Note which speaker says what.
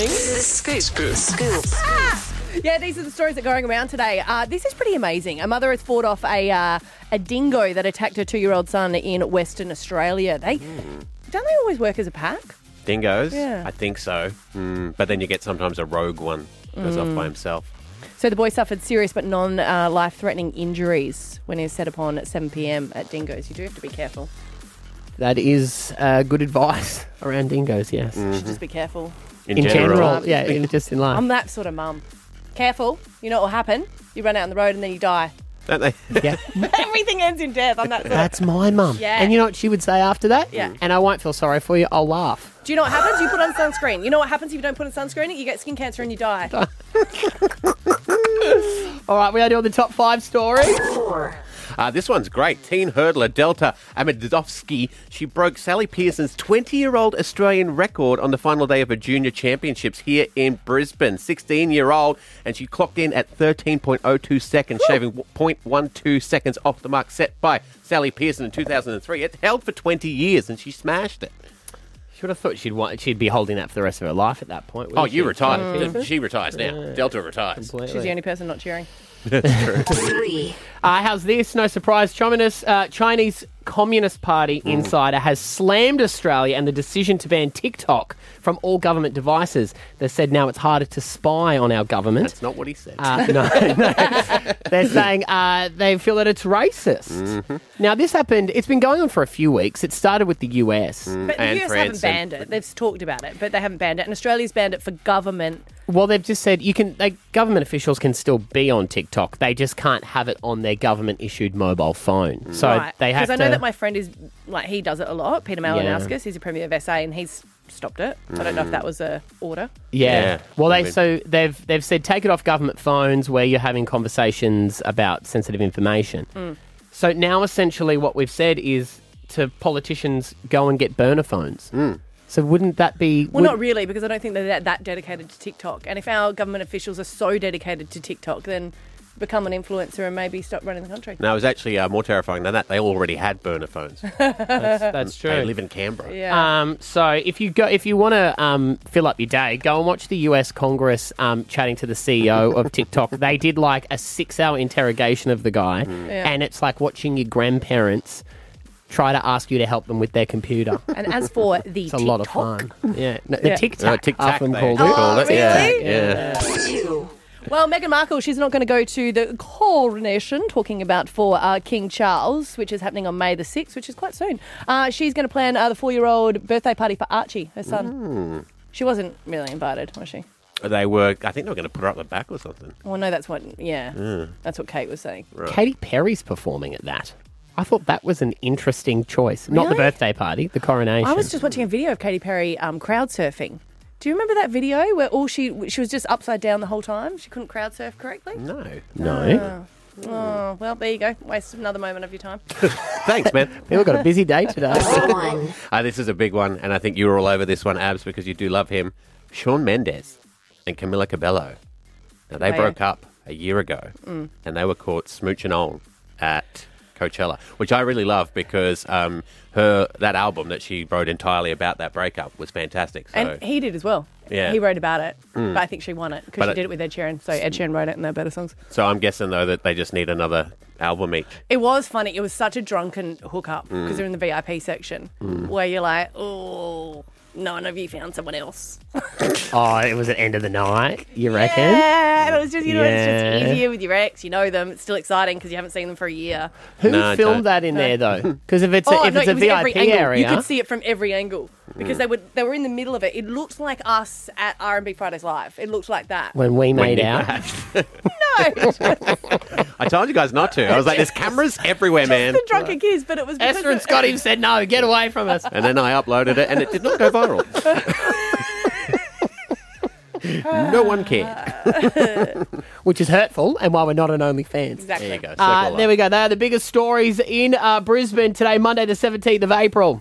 Speaker 1: The scoop. Scoop.
Speaker 2: Yeah, these are the stories that are going around today. Uh, this is pretty amazing. A mother has fought off a uh, a dingo that attacked her two year old son in Western Australia. They don't they always work as a pack?
Speaker 3: Dingoes?
Speaker 2: Yeah.
Speaker 3: I think so. Mm, but then you get sometimes a rogue one goes off by himself.
Speaker 2: So the boy suffered serious but non uh, life threatening injuries when he was set upon at 7 p.m. at dingoes. You do have to be careful.
Speaker 4: That is uh, good advice around dingoes, yes.
Speaker 3: Mm,
Speaker 2: You should just be careful.
Speaker 3: In,
Speaker 4: In general,
Speaker 2: general.
Speaker 4: yeah, in, just in life.
Speaker 2: I'm that sort of mum. Careful. You know what will happen? You run out on the road and then you die.
Speaker 3: Don't they?
Speaker 4: yeah.
Speaker 2: Everything ends in death. I'm that sort of.
Speaker 4: That's my mum.
Speaker 2: Yeah.
Speaker 4: And you know what she would say after that? Mm.
Speaker 2: Yeah.
Speaker 4: And I won't feel sorry for you, I'll laugh.
Speaker 2: Do you know what happens? You put on sunscreen. You know what happens if you don't put on sunscreen? You get skin cancer and you die.
Speaker 4: All right, we are doing the top five stories.
Speaker 3: Uh, this one's great. Teen hurdler Delta Amidovsky. She broke Sally Pearson's 20 year old Australian record on the final day of her junior championships here in Brisbane. 16 year old, and she clocked in at 13.02 seconds, shaving 0.12 seconds off the mark set by Sally Pearson in 2003. It held for 20 years, and she smashed it.
Speaker 4: She would have thought she'd want, she'd be holding that for the rest of her life at that point.
Speaker 3: Oh,
Speaker 4: wouldn't
Speaker 3: you
Speaker 4: she?
Speaker 3: retired. She retires now. Delta retires.
Speaker 2: She's the only person not cheering.
Speaker 1: Three.
Speaker 4: Uh, how's this? No surprise. Chominus, uh, Chinese Communist Party
Speaker 3: Mm.
Speaker 4: insider has slammed Australia and the decision to ban TikTok from all government devices. They said now it's harder to spy on our government.
Speaker 3: That's not what he said.
Speaker 4: Uh, no, no. They're saying uh, they feel that it's racist. Now, this happened, it's been going on for a few weeks. It started with the US.
Speaker 2: But
Speaker 3: and
Speaker 2: the US
Speaker 3: France
Speaker 2: haven't
Speaker 3: and-
Speaker 2: banned it. They've talked about it, but they haven't banned it. And Australia's banned it for government.
Speaker 4: Well, they've just said you can, like, government officials can still be on TikTok. They just can't have it on their government issued mobile phone. So
Speaker 2: right.
Speaker 4: they have
Speaker 2: Because
Speaker 4: to.
Speaker 2: I know that my friend is, like, he does it a lot, Peter Malinowskis.
Speaker 4: Yeah.
Speaker 2: He's a Premier of SA, and he's stopped it. I don't know if that was a order.
Speaker 4: Yeah.
Speaker 3: Yeah,
Speaker 4: Well, they
Speaker 3: would've
Speaker 4: so they've they've said take it off government phones where you're having conversations about sensitive information.
Speaker 2: Mm.
Speaker 4: So now essentially what we've said is to politicians go and get burner phones. So wouldn't that be
Speaker 2: Well,
Speaker 4: would-
Speaker 2: not really, because I don't think they're that, that dedicated to TikTok. And if our government officials are so dedicated to TikTok, then become an influencer and maybe stop running the country.
Speaker 3: No, it was actually uh, more terrifying than that. They already had burner phones.
Speaker 4: that's
Speaker 3: They
Speaker 4: true.
Speaker 3: live in Canberra.
Speaker 2: Yeah.
Speaker 4: Um, so if you go, if you want to um, fill up your day, go and watch the U.S. Congress um, chatting to the CEO of TikTok. they did like a six-hour interrogation of the guy,
Speaker 3: Hmm.
Speaker 2: Yeah.
Speaker 4: and it's like watching your grandparents try to ask you to help them with their computer.
Speaker 2: and as for the
Speaker 4: It's a lot of fun. Yeah, no,
Speaker 2: Yeah.
Speaker 4: the tic
Speaker 3: Uh,
Speaker 4: tac.
Speaker 3: Tic Tac.
Speaker 4: often
Speaker 3: they
Speaker 4: called
Speaker 3: call
Speaker 4: it.
Speaker 2: Oh,
Speaker 3: it. Yeah,
Speaker 2: really?
Speaker 3: yeah.
Speaker 1: Two.
Speaker 2: Well, Meghan Markle, she's not going to go to the coronation, talking about for uh, King Charles, which is happening on May the 6th, which is quite soon. Uh, she's going to plan uh, the four year old birthday party for Archie, her son. She wasn't really invited, was she?
Speaker 3: They were. I think they were going to put her up the back or something.
Speaker 2: Well, no, that's what, yeah, that's what Kate was saying.
Speaker 4: Katy Perry's performing at that. I thought that was an interesting choice. Not the
Speaker 2: Really?
Speaker 4: birthday party, the coronation.
Speaker 2: I was just watching a video of Katy Perry um, crowd surfing. Do you remember that video where all she she was just upside down the whole time? She couldn't crowd surf correctly.
Speaker 3: No,
Speaker 4: no.
Speaker 2: Oh, well, there you go. Waste another moment of your time.
Speaker 3: thanks, man.
Speaker 4: People got a busy
Speaker 2: uh,
Speaker 4: day today.
Speaker 1: One.
Speaker 3: Uh, this is a big one, and I think you were all over this one, Abs, because you do love him. Sean Mendes and Camila Cabello. Now
Speaker 2: Oh,
Speaker 3: they
Speaker 2: yeah. Mm.
Speaker 3: broke up a year ago, and they were caught smooching on at Coachella, which I really love because um, her that album that she wrote entirely about that breakup was fantastic. So
Speaker 2: And he did as well.
Speaker 3: Yeah.
Speaker 2: He wrote about it,
Speaker 4: Mm.
Speaker 2: but I think she won it because
Speaker 3: But
Speaker 2: she
Speaker 3: it-
Speaker 2: did it with Ed Sheeran. So Ed Sheeran wrote it in their better songs.
Speaker 3: So I'm guessing though that they just need another album each.
Speaker 2: It was funny. It was such a drunken hookup because
Speaker 4: Mm.
Speaker 2: they're in the VIP section where you're like, oh, none of you found someone else.
Speaker 4: Oh, it was at end of the night, you reckon?
Speaker 2: Yeah. And it was just, you know, it's
Speaker 4: Yeah.
Speaker 2: just easier with your ex. You know them. It's still exciting because you haven't seen them for a year. Oh,
Speaker 4: Who
Speaker 3: No, I don't.
Speaker 4: filmed that in there though? Because if it's a, if
Speaker 2: no,
Speaker 4: it's a
Speaker 2: it was every
Speaker 4: VIP
Speaker 2: angle.
Speaker 4: area, Mm.
Speaker 2: You could see it from every angle because they, would, they were in the middle of it. It looked like us at R&B Fridays Live. It looked like that.
Speaker 4: when we made
Speaker 3: Wendy
Speaker 4: out,
Speaker 2: no,
Speaker 3: I told you guys not to. I was like, there's cameras everywhere, man.
Speaker 2: the drunken kiss, but it was because
Speaker 4: Esther and
Speaker 2: of-
Speaker 4: Scotty have said no, get away from us.
Speaker 3: And then I uploaded it, and it did not go viral. no one cared.
Speaker 4: Which is hurtful, and why we're not an OnlyFans.
Speaker 2: Exactly.
Speaker 3: There you go.
Speaker 4: Uh, there we go. They are the biggest stories in uh, Brisbane today, Monday the seventeenth of April.